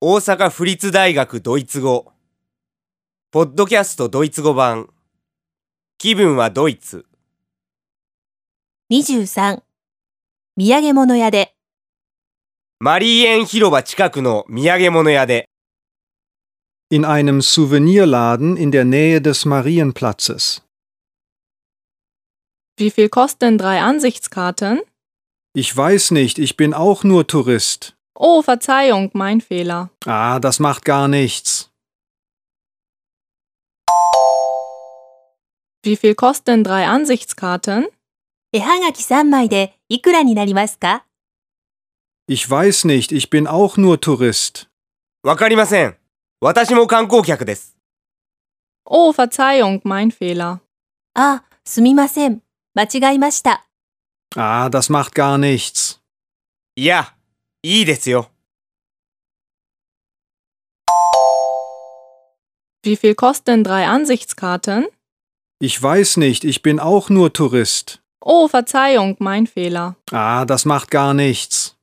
大阪府立大学ドイツ語ポッドキャストドイツ語版気分はドイツ23土産物屋でマリーエン広場近くの土産物屋で In einem Souvenirladen in der Nähe des Marienplatzes. Wie viel kosten drei Ansichtskarten? Ich weiß nicht, ich bin auch nur Tourist. Oh, Verzeihung, mein Fehler. Ah, das macht gar nichts. Wie viel kosten drei Ansichtskarten? 絵はがき3枚でいくらになりますか Ich weiß nicht, ich bin auch nur Tourist. わかりません私も観光客です Oh, Verzeihung, mein Fehler. あ、すみません。間違いました。 Ah, das macht gar nichts. いやいいですよ Wie viel kosten drei Ansichtskarten? Ich weiß nicht, ich bin auch nur Tourist. Oh, Verzeihung, mein Fehler. Ah, das macht gar nichts.